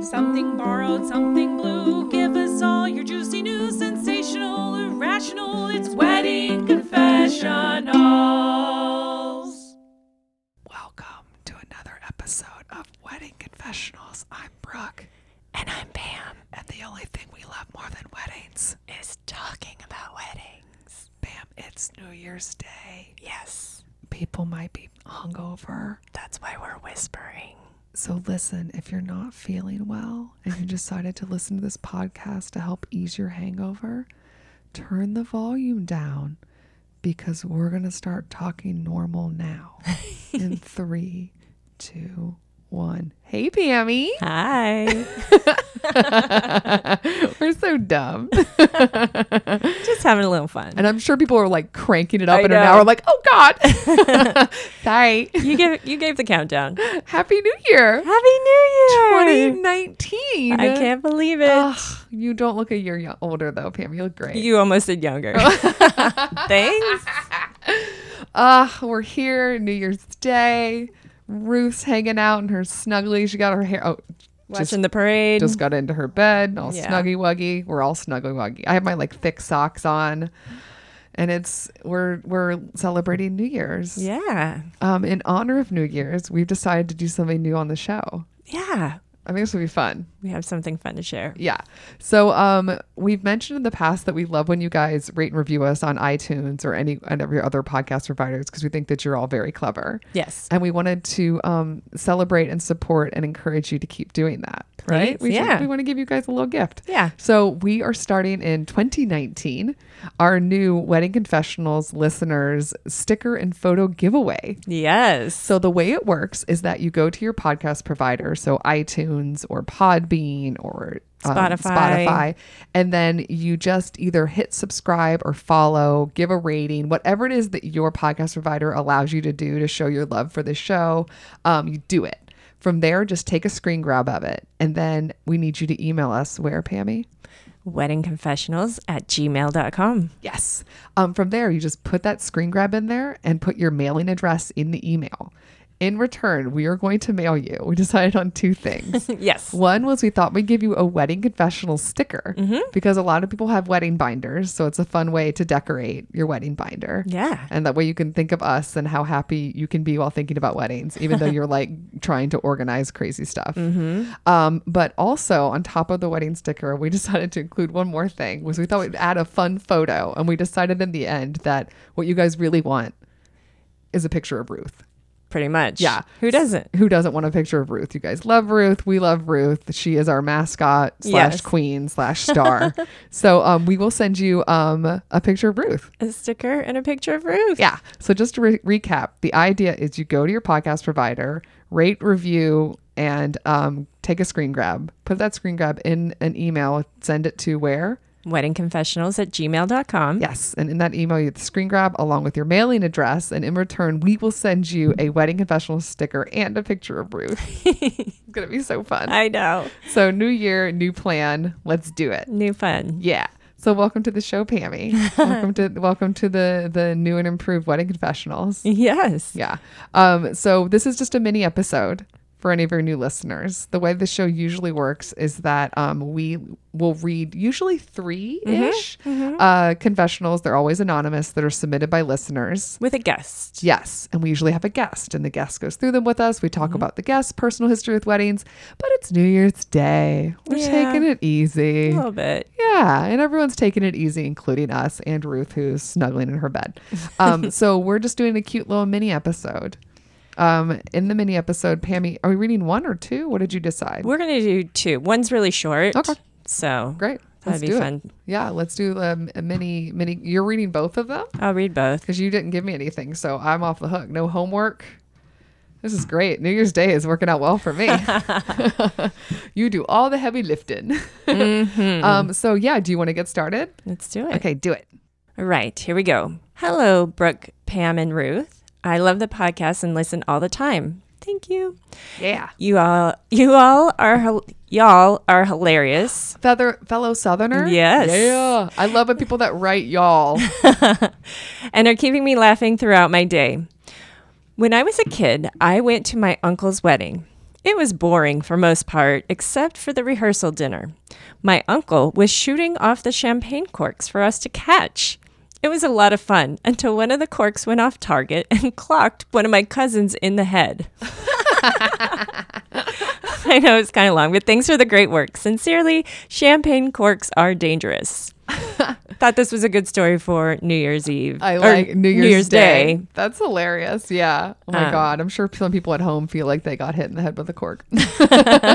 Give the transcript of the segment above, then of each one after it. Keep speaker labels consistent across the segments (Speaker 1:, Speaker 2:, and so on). Speaker 1: Something borrowed, something blue. Give us all your juicy news, sensational, irrational. It's Wedding Confessionals. Welcome to another episode of Wedding Confessionals. I'm Brooke. And I'm Pam. And the only thing we love more than weddings is talking about weddings. Pam, it's New Year's Day. Yes. People might be hungover.
Speaker 2: That's why we're whispering.
Speaker 1: So listen, if you're not feeling well and you decided to listen to this podcast to help ease your hangover, turn the volume down because we're going to start talking normal now in three, two, one. Hey, Pammy.
Speaker 2: Hi.
Speaker 1: We're so dumb.
Speaker 2: Just having a little fun.
Speaker 1: And I'm sure people are like cranking it up
Speaker 2: I
Speaker 1: in an
Speaker 2: know.
Speaker 1: hour, like, oh God. Sorry.
Speaker 2: You gave you gave the countdown. Happy
Speaker 1: Happy New Year.
Speaker 2: New Year. Oh.
Speaker 1: 2019.
Speaker 2: I can't believe it.
Speaker 1: Ugh, you don't look a year yo- older though, Pam. You look great.
Speaker 2: you almost did younger. Oh. Thanks.
Speaker 1: Ugh, we're here, New Year's Day. Ruth's hanging out in her snuggly. She got her hair. Oh, just,
Speaker 2: Watching the parade.
Speaker 1: just got into her bed, all
Speaker 2: Yeah.
Speaker 1: snuggy wuggy. We're all snuggly wuggy. I have my like thick socks on, and it's we're we're celebrating New Year's.
Speaker 2: yeah.
Speaker 1: Um, in honor of New Year's, we've decided to do something new on the show.
Speaker 2: Yeah.
Speaker 1: I think this will be fun.
Speaker 2: We have something fun to share.
Speaker 1: Yeah. So um we've mentioned in the past that we love when you guys rate and review us on iTunes or any and every other podcast providers because we think that you're all very clever.
Speaker 2: Yes.
Speaker 1: And we wanted to um, celebrate and support and encourage you to keep doing that, right?
Speaker 2: Please,
Speaker 1: We should-
Speaker 2: yeah.
Speaker 1: we want to give you guys a little gift.
Speaker 2: Yeah.
Speaker 1: So we are starting in 2019 our new Wedding Confessionals listeners sticker and photo giveaway.
Speaker 2: Yes.
Speaker 1: So the way it works is that you go to your podcast provider, so iTunes or Podbean or um,
Speaker 2: Spotify.
Speaker 1: Spotify, and then you just either hit subscribe or follow, give a rating, whatever it is that your podcast provider allows you to do to show your love for the show. Um, you do it. From there, just take a screen grab of it, and then we need you to email us where, Pammy.
Speaker 2: Wedding confessionals at gmail.com.
Speaker 1: Yes. Um, from there, you just put that screen grab in there and put your mailing address in the email. In return, we are going to mail you. We decided on two things.
Speaker 2: Yes.
Speaker 1: One was we thought we'd give you a wedding confessional sticker because a lot of people have wedding binders. So it's a fun way to decorate your wedding binder.
Speaker 2: Yeah.
Speaker 1: And that way you can think of us and how happy you can be while thinking about weddings, even though you're like trying to organize crazy stuff.
Speaker 2: Mm-hmm.
Speaker 1: Um, but also on top of the wedding sticker, we decided to include one more thing was we thought we'd add a fun photo. And we decided in the end that what you guys really want is a picture of Ruth.
Speaker 2: Pretty much.
Speaker 1: Yeah.
Speaker 2: Who doesn't?
Speaker 1: Who doesn't want a picture of Ruth? You guys love Ruth. We love Ruth. She is our mascot slash
Speaker 2: Yes.
Speaker 1: queen slash star. so um, we will send you um, a picture of Ruth.
Speaker 2: A sticker and a picture of Ruth.
Speaker 1: Yeah. So just to re- recap, the idea is you go to your podcast provider, rate, review, and um, take a screen grab. Put that screen grab in an email, send it to where?
Speaker 2: Wedding confessionals at gmail.com.
Speaker 1: Yes. And in that email, you get the screen grab along with your mailing address. And in return, we will send you a wedding confessional sticker and a picture of Ruth. it's going to be so fun.
Speaker 2: I know.
Speaker 1: So, new year, new plan. Let's do it.
Speaker 2: New fun.
Speaker 1: Yeah. So welcome to the show, Pammy. welcome to welcome to the the new and improved wedding confessionals.
Speaker 2: Yes.
Speaker 1: Yeah. Um, so this is just a mini episode for any of your new listeners. The way the show usually works is that um, we will read usually three ish uh, confessionals. They're always anonymous that are submitted by listeners.
Speaker 2: With a guest.
Speaker 1: Yes. And we usually have a guest, and the guest goes through them with us. We talk about the guest's personal history with weddings, but it's New Year's Day. We're
Speaker 2: Yeah.
Speaker 1: taking it easy.
Speaker 2: A little bit.
Speaker 1: Yeah, and everyone's taking it easy, including us and Ruth, who's snuggling in her bed. Um, so we're just doing a cute little mini episode. Um, in the mini episode, Pammy, are we reading one or two? What did you decide?
Speaker 2: We're gonna do two. One's really short.
Speaker 1: Okay.
Speaker 2: So
Speaker 1: Great.
Speaker 2: That'd
Speaker 1: Let's
Speaker 2: be
Speaker 1: do it.
Speaker 2: fun.
Speaker 1: Yeah, let's do um, a mini mini. You're reading both of them
Speaker 2: I'll read both.
Speaker 1: because you didn't give me anything, so I'm off the hook. No homework. This is great. New Year's Day is working out well for me. you do all the heavy lifting. um, so yeah, do you want to get started?
Speaker 2: Let's do it.
Speaker 1: Okay, do it.
Speaker 2: All right, here we go. Hello, Brooke, Pam, and Ruth. I love the podcast and listen all the time. Thank you.
Speaker 1: Yeah.
Speaker 2: You all, you all are, hil- y'all are hilarious.
Speaker 1: feather fellow southerner
Speaker 2: Yes.
Speaker 1: yeah i love when people that write y'all
Speaker 2: and are keeping me laughing throughout my day. When I was a kid, I went to my uncle's wedding. It was boring for most part, except for the rehearsal dinner. My uncle was shooting off the champagne corks for us to catch. It was a lot of fun until one of the corks went off target and clocked one of my cousins in the head. I know it's kind of long, but thanks for the great work. Sincerely, champagne corks are dangerous. Thought this was a good story for New Year's Eve.
Speaker 1: I
Speaker 2: or
Speaker 1: like New Year's, Day. That's hilarious. Yeah. Oh my
Speaker 2: Um,
Speaker 1: god. I'm sure some people at home feel like they got hit in the head with a cork.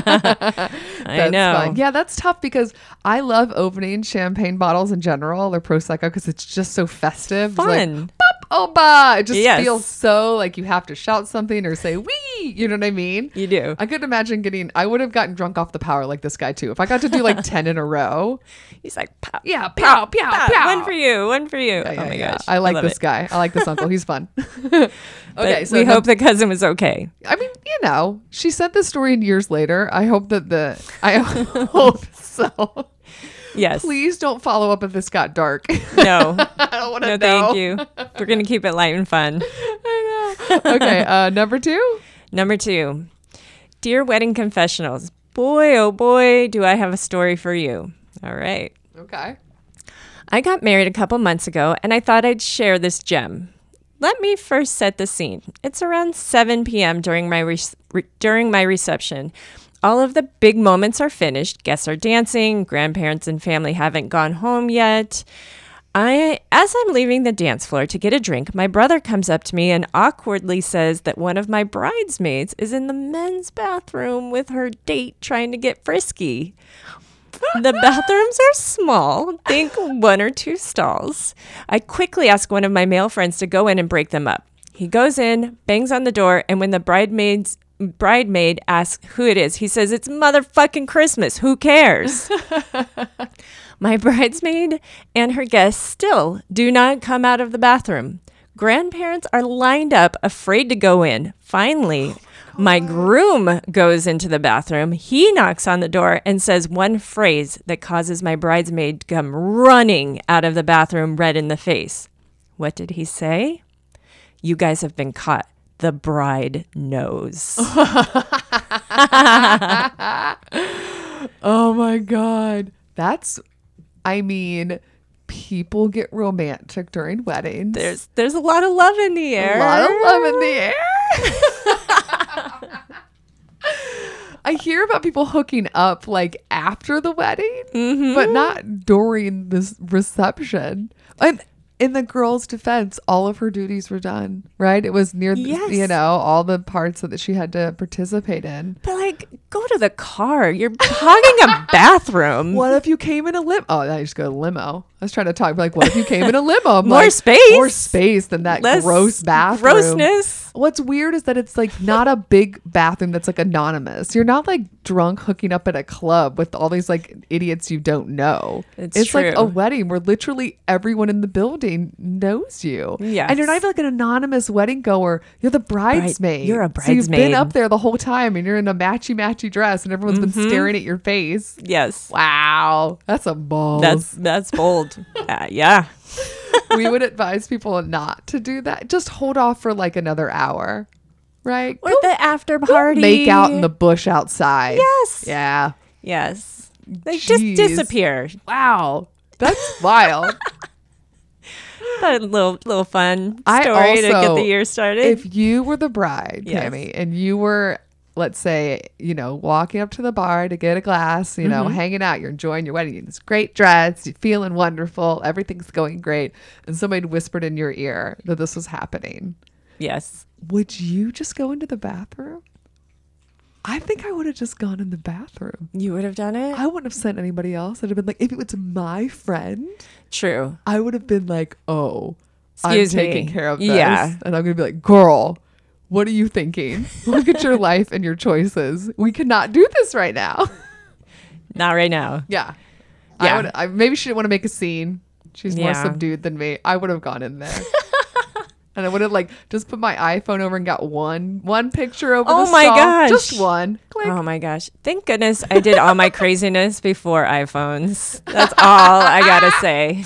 Speaker 2: I know.
Speaker 1: fun. Yeah, that's tough because I love opening champagne bottles in general or prosecco because it's just so festive. It's like,
Speaker 2: Fun.
Speaker 1: Pop oba. It just
Speaker 2: Yes.
Speaker 1: feels so like you have to shout something or say wee. You know what I mean?
Speaker 2: You do.
Speaker 1: I could imagine getting. I would have gotten drunk off the power like this guy too. If I got to do like ten in a row.
Speaker 2: He's like, pow,
Speaker 1: Yeah. Pow. Pow. Pow.
Speaker 2: pow, one for you, one for you.
Speaker 1: Yeah,
Speaker 2: oh my
Speaker 1: yeah.
Speaker 2: gosh.
Speaker 1: I like
Speaker 2: love
Speaker 1: this
Speaker 2: it.
Speaker 1: guy. I like this uncle. He's fun.
Speaker 2: But
Speaker 1: okay, so
Speaker 2: we
Speaker 1: the-
Speaker 2: hope the cousin was okay.
Speaker 1: I mean, you know, she sent this story in years later. I hope that the I hope so.
Speaker 2: Yes.
Speaker 1: Please don't follow up if this got dark.
Speaker 2: No.
Speaker 1: I don't want
Speaker 2: No,
Speaker 1: to know.
Speaker 2: thank you. We're going to keep it light and fun.
Speaker 1: okay, uh, number two.
Speaker 2: Number two, Dear Wedding Confessionals, boy, oh boy, do I have a story for you. All right.
Speaker 1: Okay.
Speaker 2: I got married a couple months ago and I thought I'd share this gem. Let me first set the scene. It's around 7 p.m. during my re- re- during my reception. All of the big moments are finished. Guests are dancing, grandparents and family haven't gone home yet. I as I'm leaving the dance floor to get a drink, my brother comes up to me and awkwardly says that one of my bridesmaids is in the men's bathroom with her date trying to get frisky. The bathrooms are small, think one or two stalls. I quickly ask one of my male friends to go in and break them up. He goes in, bangs on the door, and when the bridesmaid's bridemaid asks who it is, he says, It's motherfucking Christmas. Who cares? My bridesmaid and her guests still do not come out of the bathroom. Grandparents are lined up, afraid to go in.
Speaker 1: Oh,
Speaker 2: Finally, my groom goes into the bathroom. He knocks on the door and says one phrase that causes my bridesmaid to come running out of the bathroom red in the face. What did he say? You guys have been caught. The bride knows.
Speaker 1: Oh my god. That's. I mean, people get romantic during weddings.
Speaker 2: there's there's a lot of love in the air.
Speaker 1: a lot of love in the air. I hear about people hooking up like after the wedding, but
Speaker 2: Mm-hmm.
Speaker 1: not during this reception. And in the girl's defense, all of her duties were done, right? It was near, the, you
Speaker 2: Yes.
Speaker 1: know, all the parts that she had to participate in.
Speaker 2: But like, go to the car. You're hogging a bathroom.
Speaker 1: What if you came in a limo? Oh, I just go to limo. I was trying to talk like, what if you came in a limo? I'm
Speaker 2: More
Speaker 1: like,
Speaker 2: space.
Speaker 1: more space than that
Speaker 2: Less
Speaker 1: gross bathroom.
Speaker 2: Grossness.
Speaker 1: What's weird is that it's like not a big bathroom that's like anonymous. You're not like drunk hooking up at a club with all these like idiots you don't know.
Speaker 2: It's
Speaker 1: like a
Speaker 2: true.
Speaker 1: wedding where literally everyone in the building knows you. And you're not
Speaker 2: Yes.
Speaker 1: even like an anonymous wedding goer. You're the bridesmaid.
Speaker 2: you're a
Speaker 1: So you've been
Speaker 2: bridesmaid.
Speaker 1: up there the whole time and you're in a matchy matchy dress and everyone's
Speaker 2: Mm-hmm.
Speaker 1: been staring at your face.
Speaker 2: Yes.
Speaker 1: Wow. That's a ball.
Speaker 2: That's that's bold. Uh, yeah.
Speaker 1: we would advise people not to do that. Just hold off for like another hour. Right?
Speaker 2: Or the after party.
Speaker 1: make out in the bush outside.
Speaker 2: Yes.
Speaker 1: Yeah.
Speaker 2: Yes. Like
Speaker 1: Jeez.
Speaker 2: just disappear.
Speaker 1: Wow. That's wild.
Speaker 2: Thought a little little fun story
Speaker 1: I
Speaker 2: to get
Speaker 1: also-
Speaker 2: the year started.
Speaker 1: if you were the bride,
Speaker 2: Yes.
Speaker 1: Tammy, and you were, let's say, you know, walking up to the bar to get a glass, you know, hanging out, you're enjoying your wedding, you're in this great dress, you're feeling wonderful, everything's going great, and somebody whispered in your ear that this was happening,
Speaker 2: yes.
Speaker 1: would you just go into the bathroom? I think I would have just gone in the bathroom.
Speaker 2: You would have done it.
Speaker 1: I wouldn't have sent anybody else. I'd have been like, if it was my friend,
Speaker 2: True.
Speaker 1: I would have been like, oh,
Speaker 2: Excuse
Speaker 1: I'm taking
Speaker 2: me.
Speaker 1: care of this.
Speaker 2: Yeah.
Speaker 1: And I'm going to be like, girl, what are you thinking? Look at your life and your choices. We cannot do this right now.
Speaker 2: Not right now.
Speaker 1: yeah. I
Speaker 2: Yeah.
Speaker 1: would, I, maybe she didn't want to make a scene. She's more
Speaker 2: Yeah.
Speaker 1: subdued than me. I would have gone in there. And I would have like just put my iPhone over and got one one picture over.
Speaker 2: Oh
Speaker 1: the
Speaker 2: my
Speaker 1: stall.
Speaker 2: gosh.
Speaker 1: just one. Click.
Speaker 2: Oh my gosh. Thank goodness I did all my craziness before iPhones. That's all I gotta say.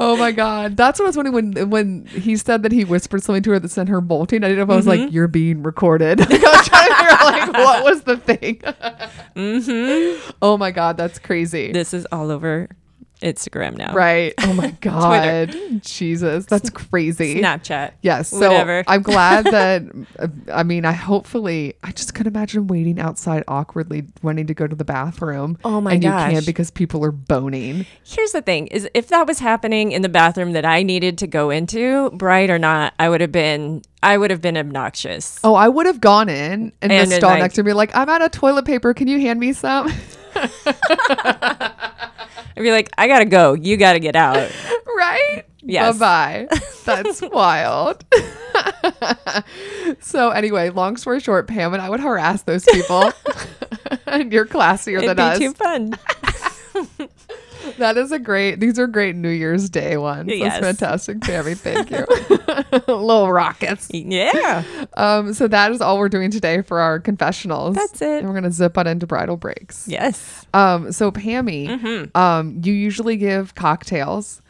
Speaker 1: Oh my god, that's what I was wondering when when he said that he whispered something to her that sent her bolting. I didn't know if I was
Speaker 2: Mm-hmm.
Speaker 1: like, "You're being recorded." Like, I was trying to figure out like what was the thing.
Speaker 2: Mm-hmm.
Speaker 1: Oh my god, that's crazy.
Speaker 2: This is all over Instagram now.
Speaker 1: right? Oh my god, Jesus, that's crazy.
Speaker 2: Snapchat.
Speaker 1: Yes. So
Speaker 2: Whatever.
Speaker 1: I'm glad that, I mean, I hopefully, I just could imagine waiting outside awkwardly, wanting to go to the bathroom.
Speaker 2: Oh my
Speaker 1: And
Speaker 2: gosh.
Speaker 1: you can't because people are boning.
Speaker 2: Here's the thing is if that was happening in the bathroom that I needed to go into, bright or not, I would have been I would have been obnoxious.
Speaker 1: Oh, I would have gone in and,
Speaker 2: And
Speaker 1: the stall
Speaker 2: like-
Speaker 1: next to me, like, I'm out of toilet paper. Can you hand me some?
Speaker 2: I'd be like, I gotta go. You gotta get out.
Speaker 1: right?
Speaker 2: Yes.
Speaker 1: Bye bye. That's wild. so, anyway, long story short, Pam and I would harass those people. and you're classier
Speaker 2: It'd
Speaker 1: than
Speaker 2: be
Speaker 1: us.
Speaker 2: too fun.
Speaker 1: That is a great. These are great New Year's Day ones.
Speaker 2: Yes.
Speaker 1: That's fantastic, Tammy. Thank you. Little rockets.
Speaker 2: Yeah.
Speaker 1: Um, so that is all we're doing today for our confessionals.
Speaker 2: That's it.
Speaker 1: And we're gonna zip on into bridal breaks.
Speaker 2: Yes.
Speaker 1: Um, so Pammy,
Speaker 2: Mm-hmm.
Speaker 1: um, you usually give cocktails.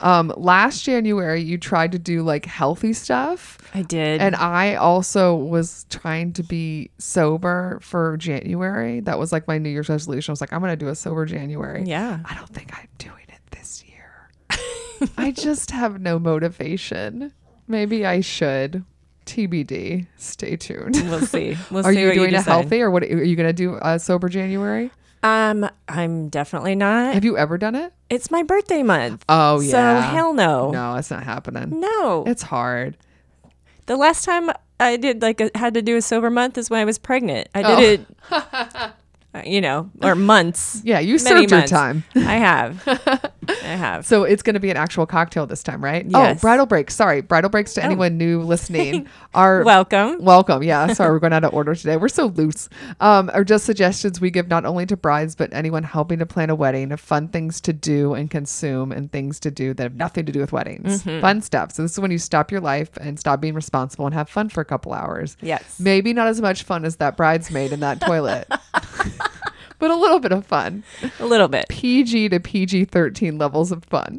Speaker 1: Um, last January you tried to do like healthy stuff.
Speaker 2: I did.
Speaker 1: And I also was trying to be sober for January. That was like my New Year's resolution. I was like, I'm gonna do a sober January.
Speaker 2: yeah.
Speaker 3: I don't think I'm doing it this year.
Speaker 1: I just have no motivation. Maybe I should. TBD. Stay tuned.
Speaker 2: We'll see. We'll
Speaker 1: Are
Speaker 2: see
Speaker 1: you
Speaker 2: what
Speaker 1: doing
Speaker 2: you
Speaker 1: a
Speaker 2: decide.
Speaker 1: healthy or what are you going to do a sober January?
Speaker 2: Um, I'm definitely not.
Speaker 1: Have you ever done it?
Speaker 2: It's my birthday month.
Speaker 1: Oh
Speaker 2: So hell no.
Speaker 1: No, it's not happening.
Speaker 2: No.
Speaker 1: It's hard.
Speaker 2: the last time I did like a, had to do a sober month is when I was pregnant. I
Speaker 1: Oh.
Speaker 2: did it, uh, you know, or months.
Speaker 1: Yeah, you
Speaker 2: Many
Speaker 1: served your
Speaker 2: months.
Speaker 1: time.
Speaker 2: I have. I have.
Speaker 1: So it's going to be an actual cocktail this time, right?
Speaker 2: Yes. Oh.
Speaker 1: Oh, bridal break. Sorry, bridal breaks to anyone new listening. Our
Speaker 2: Welcome.
Speaker 1: Welcome. Yeah. Sorry, we're going out of order today. We're so loose. Um, are just suggestions we give not only to brides, but anyone helping to plan a wedding of fun things to do and consume and things to do that have nothing to do with weddings. Fun stuff. So, this is when you stop your life and stop being responsible and have fun for a couple hours.
Speaker 2: Yes.
Speaker 1: Maybe not as much fun as that bridesmaid in that toilet, but a little bit of fun.
Speaker 2: A little bit.
Speaker 1: PG to PG 13 levels of fun.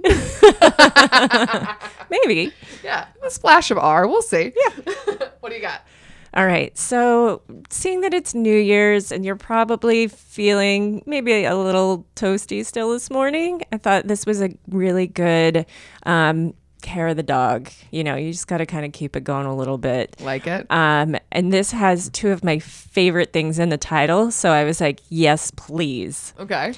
Speaker 2: Maybe.
Speaker 1: yeah. A splash of R. We'll see. Yeah. what do you got?
Speaker 2: All right. So, seeing that it's New Year's and you're probably feeling maybe a little toasty still this morning, I thought this was a really good um, care of the dog. You know, you just got to kind of keep it going a little bit.
Speaker 1: Like it?
Speaker 2: Um, and this has two of my favorite things in the title. So I was like, yes, please.
Speaker 1: Okay.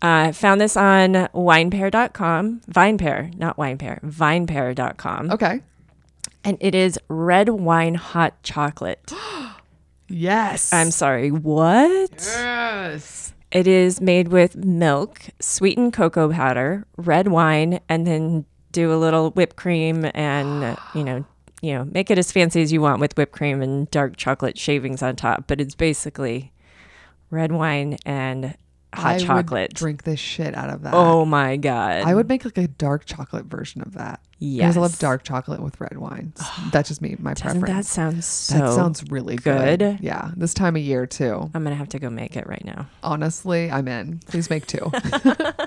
Speaker 2: Uh, found this on winepair.com, vinepair, not winepair, vinepair.com.
Speaker 1: Okay.
Speaker 2: And it is red wine hot chocolate.
Speaker 1: Yes.
Speaker 2: I'm sorry, what?
Speaker 1: Yes.
Speaker 2: It is made with milk, sweetened cocoa powder, red wine, and then do a little whipped cream and, you know, you know, make it as fancy as you want with whipped cream and dark chocolate shavings on top, but it's basically red wine and hot
Speaker 1: I
Speaker 2: chocolate.
Speaker 1: Would drink the shit out of that.
Speaker 2: oh my god.
Speaker 1: I would make like a dark chocolate version of that. Because
Speaker 2: yes. Oh.
Speaker 1: I love dark chocolate with red wine. That's just me, my
Speaker 2: Doesn't that
Speaker 1: preference.
Speaker 2: sound so
Speaker 1: That sounds really good.
Speaker 2: good?
Speaker 1: Yeah. This time of year too.
Speaker 2: I'm going to have to go make it right now.
Speaker 1: Honestly, I'm in. Please make two.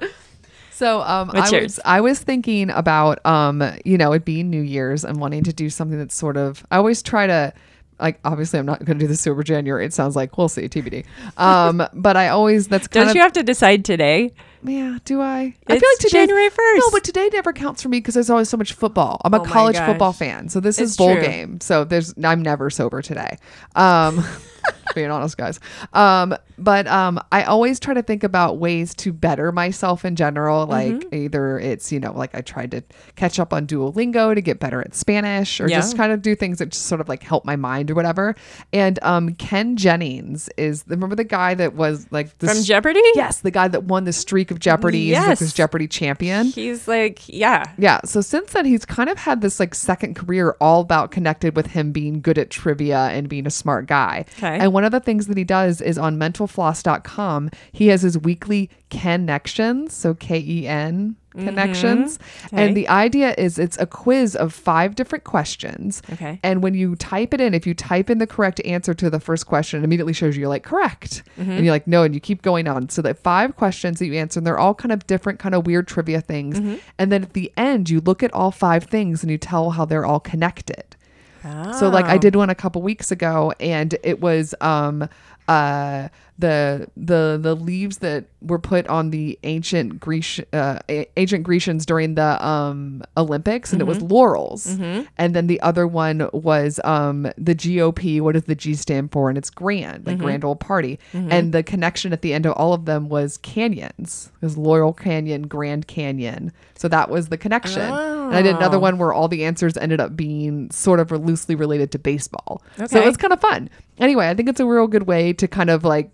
Speaker 1: So um,
Speaker 2: But
Speaker 1: I
Speaker 2: cheers.
Speaker 1: was I was thinking about um, you know it being New Year's and wanting to do something that's sort of I always try to like obviously I'm not going to do the sober January. It sounds like we'll see TBD. Um, but I always that's kind
Speaker 2: Don't
Speaker 1: of
Speaker 2: you have to decide today?
Speaker 1: yeah. Do I? I
Speaker 2: It's January 1st.
Speaker 1: No, but today never counts for me because there's always so much football. I'm a
Speaker 2: Oh my
Speaker 1: college
Speaker 2: gosh.
Speaker 1: football fan, so this
Speaker 2: It's
Speaker 1: is bowl
Speaker 2: true.
Speaker 1: game. So there's I'm never sober today. Um, being honest, guys. Um, but um, I always try to think about ways to better myself in
Speaker 2: Mm-hmm.
Speaker 1: general. Like either it's you know like I tried to catch up on Duolingo to get better at Spanish, or
Speaker 2: Yeah.
Speaker 1: just kind of do things that just sort of like help my mind or whatever. And um, Ken Jennings is remember the guy that was like the
Speaker 2: From
Speaker 1: s-
Speaker 2: Jeopardy?
Speaker 1: Yes, the guy that won the streak of Jeopardy. Yes.
Speaker 2: Yes.
Speaker 1: He's like this Jeopardy champion.
Speaker 2: He's like, yeah.
Speaker 1: Yeah. So since then, he's kind of had this like second career all about connected with him being good at trivia and being a smart guy.
Speaker 2: Okay.
Speaker 1: And one of the things that he does is on mental dentalfloss.com. He has his weekly connections, so K E N connections.
Speaker 2: Mm-hmm. Okay.
Speaker 1: And the idea is it's a quiz of five different questions.
Speaker 2: Okay.
Speaker 1: And when you type it in, if you type in the correct answer to the first question, it immediately shows you you're like correct. And you're like, no, and you keep going on. So that five questions that you answer, and they're all kind of different, kind of weird trivia things. And then at the end, you look at all five things and you tell how they're all connected.
Speaker 2: Ah.
Speaker 1: So like I did one a couple weeks ago and it was um uh the the the leaves that were put on the ancient Grecian uh, a- ancient Grecians during the um Olympics and it was laurels. And then the other one was um the GOP what does the G stand for and it's grand like grand old party. And the connection at the end of all of them was canyons. It was Laurel Canyon, Grand Canyon. So that was the connection. And I did another one where all the answers ended up being sort of loosely related to baseball. So
Speaker 2: Okay.
Speaker 1: it was kind of fun. Anyway, I think it's a real good way to kind of like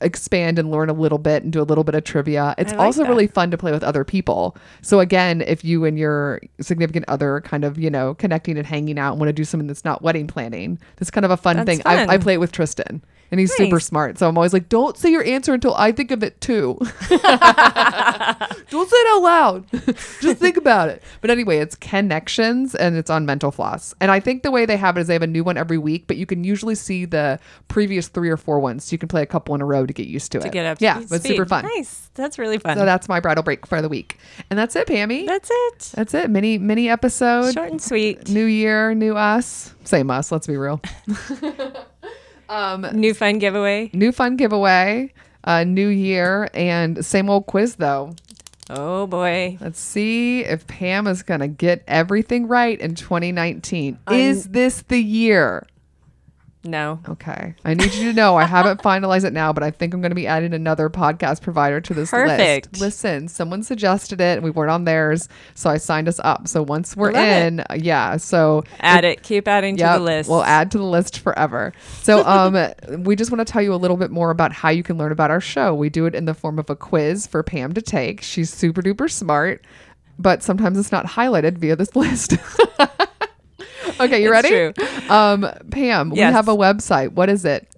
Speaker 1: expand and learn a little bit and do a little bit of trivia. It's
Speaker 2: I like
Speaker 1: also
Speaker 2: that.
Speaker 1: really fun to play with other people. So again, if you and your significant other kind of, you know, connecting and hanging out and want to do something that's not wedding planning, that's kind of a fun
Speaker 2: That's
Speaker 1: thing.
Speaker 2: fun.
Speaker 1: I, I play it with Tristan. And he's super
Speaker 2: Nice.
Speaker 1: smart. So I'm always like, don't say your answer until I think of it too. Don't say it out loud. Just think about it. But anyway, it's Connections and it's on Mental Floss. And I think the way they have it is they have a new one every week, but you can usually see the previous three or four ones. So you can play a couple in a row to get used to,
Speaker 2: to
Speaker 1: it.
Speaker 2: get up. to
Speaker 1: Yeah, but it's super
Speaker 2: speed.
Speaker 1: fun.
Speaker 2: Nice. That's really fun.
Speaker 1: So that's my bridal break for the week. And that's it, Pammy.
Speaker 2: That's it.
Speaker 1: That's it. Mini mini episode.
Speaker 2: Short and sweet.
Speaker 1: New year, new us. Same us, let's be real.
Speaker 2: New fun giveaway.
Speaker 1: new fun giveaway, uh, new year, and same old quiz though.
Speaker 2: Oh boy.
Speaker 1: Let's see if Pam is going to get everything right in 2019. is this the year?
Speaker 2: No.
Speaker 1: Okay. I need you to know I haven't finalized it now, but I think I'm going to be adding another podcast provider to this
Speaker 2: Perfect.
Speaker 1: list. Listen, someone suggested it and we weren't on theirs, so I signed us up. So once we're
Speaker 2: Love it.
Speaker 1: in, uh, yeah. So
Speaker 2: Add it. Keep adding to
Speaker 1: yeah,
Speaker 2: the list.
Speaker 1: We'll add to the list forever. So, um, we just want to tell you a little bit more about how you can learn about our show. We do it in the form of a quiz for Pam to take. She's super duper smart, but sometimes it's not highlighted via this list. okay, you
Speaker 2: It's
Speaker 1: ready? Um, Pam, we
Speaker 2: Yes.
Speaker 1: have a website. What is it?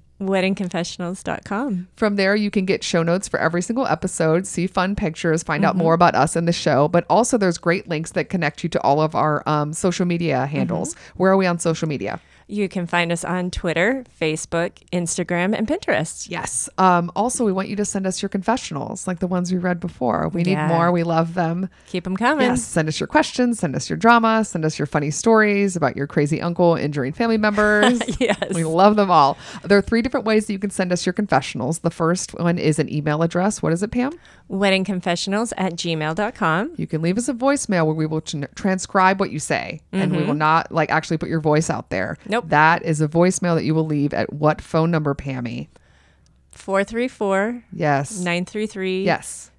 Speaker 2: Weddingconfessionals.com.
Speaker 1: From there, you can get show notes for every single episode, see fun pictures, find
Speaker 2: Mm-hmm.
Speaker 1: out more about us and the show. But also, there's great links that connect you to all of our um, social media
Speaker 2: Mm-hmm.
Speaker 1: handles. Where are we on social media?
Speaker 2: You can find us on Twitter, Facebook, Instagram, and Pinterest.
Speaker 1: Yes. Um, also, we want you to send us your confessionals, like the ones we read before. We need
Speaker 2: Yeah.
Speaker 1: more. We love them.
Speaker 2: Keep them coming.
Speaker 1: Yes. Send us your questions. Send us your drama. Send us your funny stories about your crazy uncle injuring family members.
Speaker 2: Yes.
Speaker 1: We love them all. There are three different ways that you can send us your confessionals. The first one is an email address. What is it, Pam?
Speaker 2: Weddingconfessionals at gmail.com.
Speaker 1: You can leave us a voicemail where we will tran- transcribe what you say and we will not like actually put your voice out there.
Speaker 2: Mm-hmm. Nope.
Speaker 1: That is a voicemail that you will leave at what phone number, Pammy?
Speaker 2: 434
Speaker 1: Yes.
Speaker 2: 933
Speaker 1: Yes.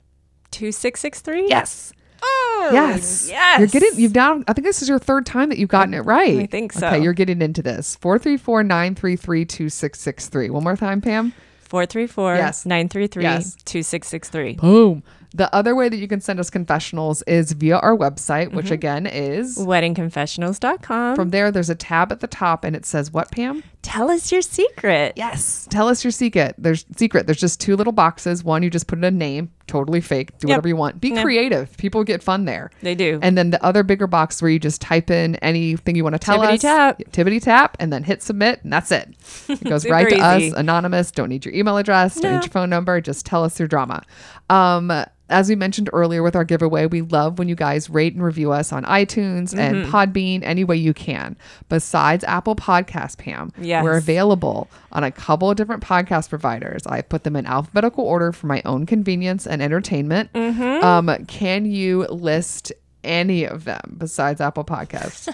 Speaker 2: 2663.
Speaker 1: Yes.
Speaker 2: Oh,
Speaker 1: Yes.
Speaker 2: Yes.
Speaker 1: You're getting, you've down, I think this is your third time that you've gotten it right.
Speaker 2: I think so.
Speaker 1: Okay, you're getting into this. 434 933 2663. One more time, Pam.
Speaker 2: 434
Speaker 1: Yes.
Speaker 2: 933
Speaker 1: Yes.
Speaker 2: 2663.
Speaker 1: Boom. The other way that you can send us confessionals is via our website,
Speaker 2: Mm-hmm.
Speaker 1: which again is.
Speaker 2: Weddingconfessionals.com.
Speaker 1: From there, there's a tab at the top and it says what, Pam?
Speaker 2: Tell us your secret.
Speaker 1: Yes. Tell us your secret. There's secret. There's just two little boxes. One, you just put in a name, totally fake. Do
Speaker 2: Yep.
Speaker 1: whatever you want. Be
Speaker 2: Yeah.
Speaker 1: creative. People get fun there.
Speaker 2: They do.
Speaker 1: And then the other bigger box where you just type in anything you want to tell
Speaker 2: Tippity
Speaker 1: us.
Speaker 2: tap.
Speaker 1: Tippity tap, and then hit submit, and that's it. It goes
Speaker 2: Super
Speaker 1: right to
Speaker 2: easy.
Speaker 1: us, anonymous. Don't need your email address. Don't
Speaker 2: No.
Speaker 1: need your phone number. Just tell us your drama. Um, as we mentioned earlier with our giveaway, we love when you guys rate and review us on iTunes and Podbean any way you can. Besides Apple Podcast, Pam,
Speaker 2: Yes.
Speaker 1: we're available on a couple of different podcast providers. I put them in alphabetical order for my own convenience and entertainment. Um, can you list any of them besides Apple Podcasts?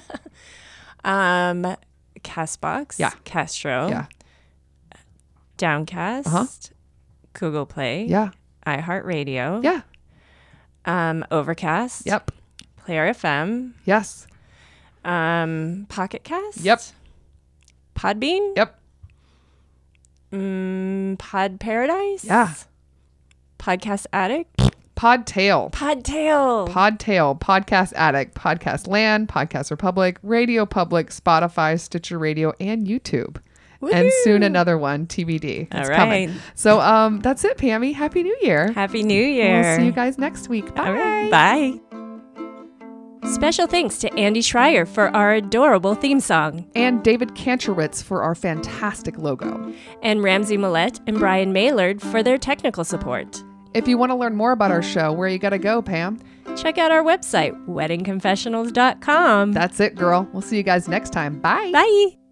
Speaker 2: Um, Castbox.
Speaker 1: Yeah.
Speaker 2: Castro.
Speaker 1: Yeah. Uh-huh.
Speaker 2: Downcast. Google Play.
Speaker 1: yeah,
Speaker 2: iHeartRadio.
Speaker 1: yeah,
Speaker 2: Um, Overcast.
Speaker 1: yep,
Speaker 2: Player FM.
Speaker 1: yes,
Speaker 2: Um, Pocket Cast.
Speaker 1: Yep.
Speaker 2: Podbean.
Speaker 1: yep,
Speaker 2: Mm, Pod Paradise.
Speaker 1: yeah.
Speaker 2: Podcast Addict.
Speaker 1: Podtail.
Speaker 2: Podtail.
Speaker 1: Podtail, Podcast Addict, Podcast Land, Podcast Republic, Radio Public, Spotify, Stitcher Radio, and YouTube. and soon
Speaker 2: Woohoo.
Speaker 1: another one TBD.
Speaker 2: All
Speaker 1: It's coming.
Speaker 2: right.
Speaker 1: So um, that's it, Pammy. Happy New Year.
Speaker 2: Happy New Year.
Speaker 1: We'll see you guys next week. Bye.
Speaker 2: All right, bye. Special thanks to Andy Schreier for our adorable theme song,
Speaker 1: And David Kantrowitz for our fantastic logo.
Speaker 2: and Ramsey Millette and Brian Maylard for their technical support.
Speaker 1: If you want to learn more about our show, where you gotta go, Pam?
Speaker 2: Check out our website, weddingconfessionals.com.
Speaker 1: That's it, girl. We'll see you guys next time. Bye.
Speaker 2: Bye.